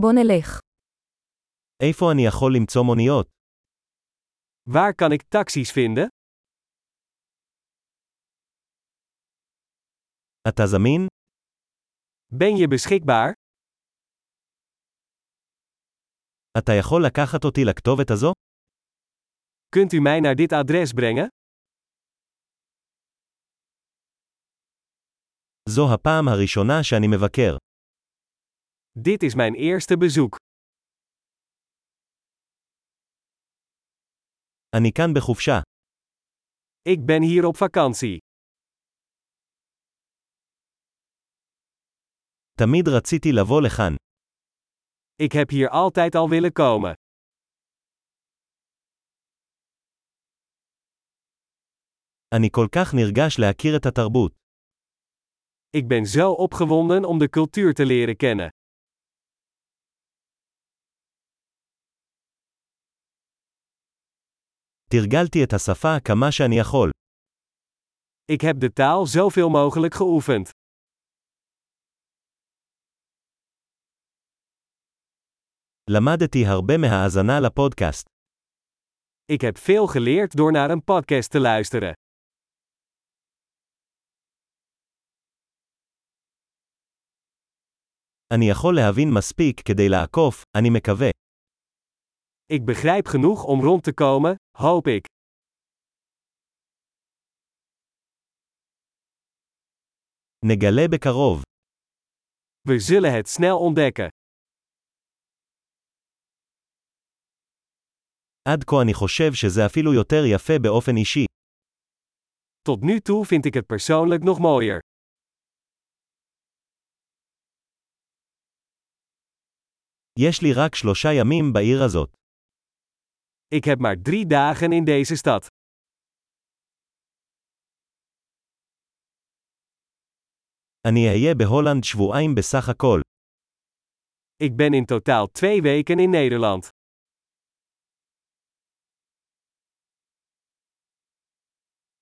בוא נלך. איפה אני יכול למצוא מוניות? Waar kan ik taxis vinden? אתה זמין? Ben je beschikbaar? אתה יכול לקחת אותי לכתובת הזו? Kunt u mij naar dit adres brengen? זו הפעם הראשונה שאני מבקר. Dit is mijn eerste bezoek. אני כאן בחופשה. Ik ben hier op vakantie. תמיד רציתי לבוא לכאן. Ik heb hier altijd al willen komen. אני כל כך נרגש להכיר את התרבות. Ik ben zo opgewonden om de cultuur te leren kennen. תרגלתי את השפה כמה שאני יכול. Ik heb de taal zoveel mogelijk geoefend. למדתי הרבה מההאזנה לפודקאסט. Ik heb veel geleerd door naar een podcast te luisteren. אני יכול להבין מספיק כדי לעקוף, אני מקווה. Ik begrijp genoeg om rond te komen, hoop ik. נגלה בקרוב. We zullen het snel ontdekken. עד כה אני חושב שזה אפילו יותר יפה באופן אישי. Tot nu toe vind ik het persoonlijk nog mooier. יש לי רק שלושה ימים בעיר הזאת. Ik heb maar drie dagen in deze stad. אני אהיה בהולנד שבועיים בסך הכל. Ik ben in totaal twee weken in Nederland.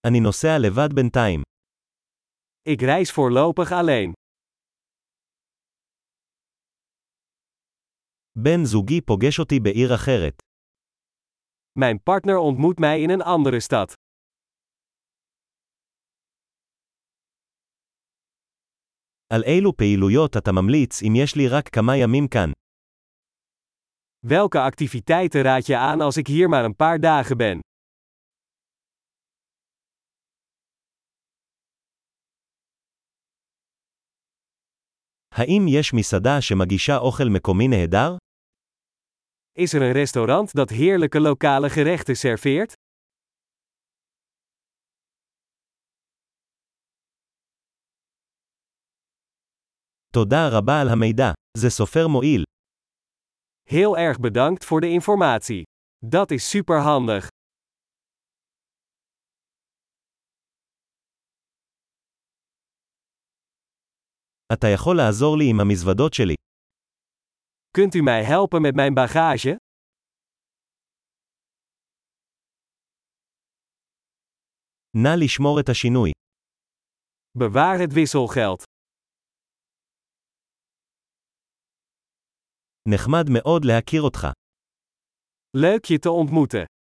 אני נוסע לבד בינתיים. Ik reis voorlopig alleen. בן זוגי פוגש אותי בעיר אחרת. Mijn partner ontmoet mij in een andere stad. על אילו פעילויות אתה ממליץ אם יש לי רק כמה ימים כאן? Welke activiteiten raad je aan als ik hier maar een paar dagen ben? האם יש מסעדה שמגישה אוכל מקומי נהדר? Is er een restaurant dat heerlijke lokale gerechten serveert? תודה רבה על המידע. זה סופר מועיל. Heel erg bedankt voor de informatie. Dat is superhandig. אתה יכול לעזור לי עם המזוודות שלי. Kunt u mij helpen met mijn bagage? נא לשמור את השינוי. Bewaar het wisselgeld. נחמד מאוד להכיר אותך. Leuk je te ontmoeten.